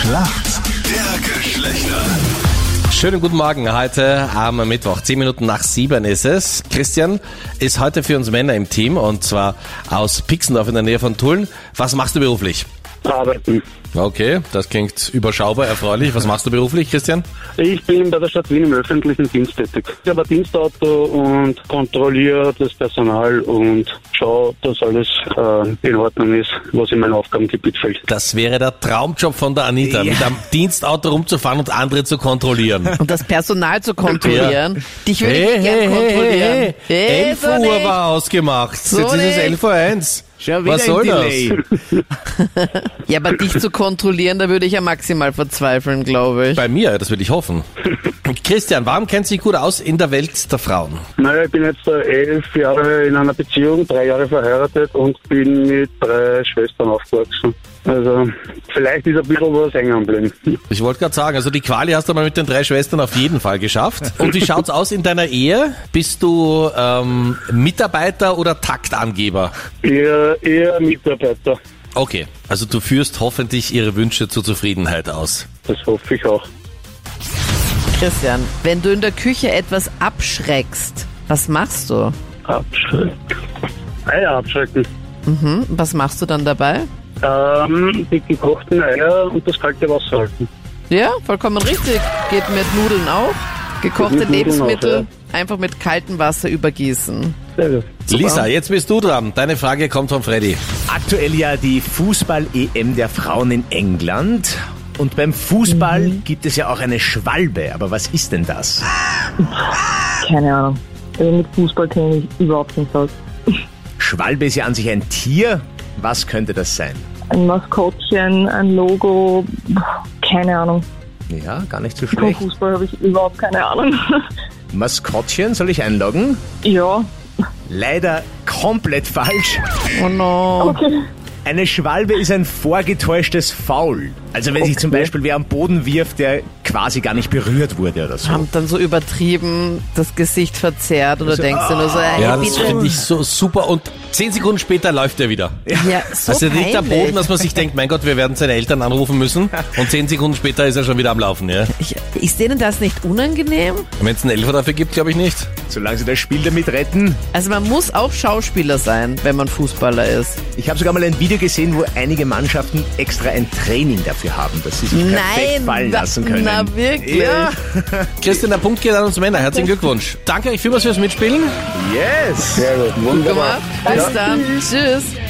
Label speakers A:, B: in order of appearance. A: Schlacht der Geschlechter.
B: Schönen guten Morgen heute am Mittwoch. Zehn Minuten nach sieben ist es. Christian ist heute für uns Männer im Team und zwar aus Pixendorf in der Nähe von Tulln. Was machst du beruflich?
C: arbeiten.
B: Okay, das klingt überschaubar, erfreulich. Was machst du beruflich, Christian?
C: Ich bin bei der Stadt Wien im öffentlichen Dienst tätig. Ich habe ein Dienstauto und kontrolliere das Personal und schaue, dass alles äh, in Ordnung ist, was in mein Aufgabengebiet fällt.
B: Das wäre der Traumjob von der Anita, mit einem Dienstauto rumzufahren und andere zu kontrollieren.
D: Und das Personal zu kontrollieren. Dich würde ich gerne kontrollieren.
B: hey, hey, 11
D: so
B: Uhr
D: nicht.
B: war ausgemacht.
D: So
B: Jetzt ist es
D: nicht.
B: 11 Uhr 1.
E: Schon wieder
B: Was soll
E: im
B: das?
E: Delay.
D: Ja, aber dich zu kontrollieren, da würde ich ja maximal verzweifeln, glaube ich.
B: Bei mir, das will ich hoffen. Christian, warum kennst du dich gut aus in der Welt der Frauen?
C: Naja, ich bin jetzt äh, elf Jahre in einer Beziehung, drei Jahre verheiratet und bin mit drei Schwestern aufgewachsen. Also vielleicht ist ein bisschen was hängen geblieben.
B: Ich wollte gerade sagen, also die Quali hast du mal mit den drei Schwestern auf jeden Fall geschafft. Und wie schaut's aus in deiner Ehe? Bist du ähm, Mitarbeiter oder Taktangeber?
C: Ihr, ihr Mitarbeiter,
B: Okay, also du führst hoffentlich ihre Wünsche zur Zufriedenheit aus.
C: das hoffe ich auch.
D: Christian, wenn du in der Küche etwas abschreckst, was machst du?
C: Abschrecken. Eier abschrecken.
D: Hm, Was machst du dann dabei?
C: Ähm, die gekochten Eier und das kalte Wasser halten.
D: Ja, vollkommen richtig. Geht mit Nudeln auch. Gekochte
C: Mit Nudeln auch,
D: Lebensmittel einfach mit kaltem Wasser übergießen.
C: Sehr gut.
B: Lisa, jetzt bist du dran. Deine Frage kommt von Freddy.
E: Aktuell ja die Fußball-EM der Frauen in England. Und beim Fußball gibt es ja auch eine Schwalbe. Aber was ist denn das?
F: Keine Ahnung. Also mit Fußball kenne ich überhaupt nichts aus.
E: Schwalbe ist ja an sich ein Tier. Was könnte das sein?
F: Ein Maskottchen, ein Logo, keine Ahnung.
E: Ja, gar nicht so
F: Von
E: schlecht.
F: Fußball habe ich überhaupt keine Ahnung.
E: Maskottchen, soll ich einloggen?
F: ja,
E: Leider komplett falsch.
D: Oh no.
F: okay.
E: Eine Schwalbe ist ein vorgetäuschtes Foul. Also wenn sich zum Beispiel wer am Boden wirft, der quasi gar nicht berührt wurde oder so.
D: Haben dann so übertrieben das Gesicht verzerrt oder denkst du nur so, ey,
B: Also, ah. Ja, das
D: bitte.
B: finde ich so super. Und zehn Sekunden später läuft er wieder.
D: Ja, so
B: also liegt am
D: peinlich.
B: Boden, dass man sich denkt, mein Gott, wir werden seine Eltern anrufen müssen. Und zehn Sekunden später ist er schon wieder am Laufen. Ja?
D: Ich, ist denen das nicht unangenehm?
B: Wenn es einen Elfer dafür gibt, glaube ich nicht.
E: Solange sie das Spiel damit retten.
D: Also man muss auch Schauspieler sein, wenn man Fußballer ist.
E: Ich habe sogar mal ein Video gesehen, wo einige Mannschaften extra ein Training dafür haben, dass sie sich perfekt fallen
D: wa-
E: lassen können.
D: na wirklich.
E: Ja.
B: Christian, der Punkt geht an uns Männer. Herzlichen Glückwunsch. Danke euch vielmals fürs Mitspielen.
E: Yes!
C: Sehr gut.
D: Gut gemacht. Bis dann. Tschüss.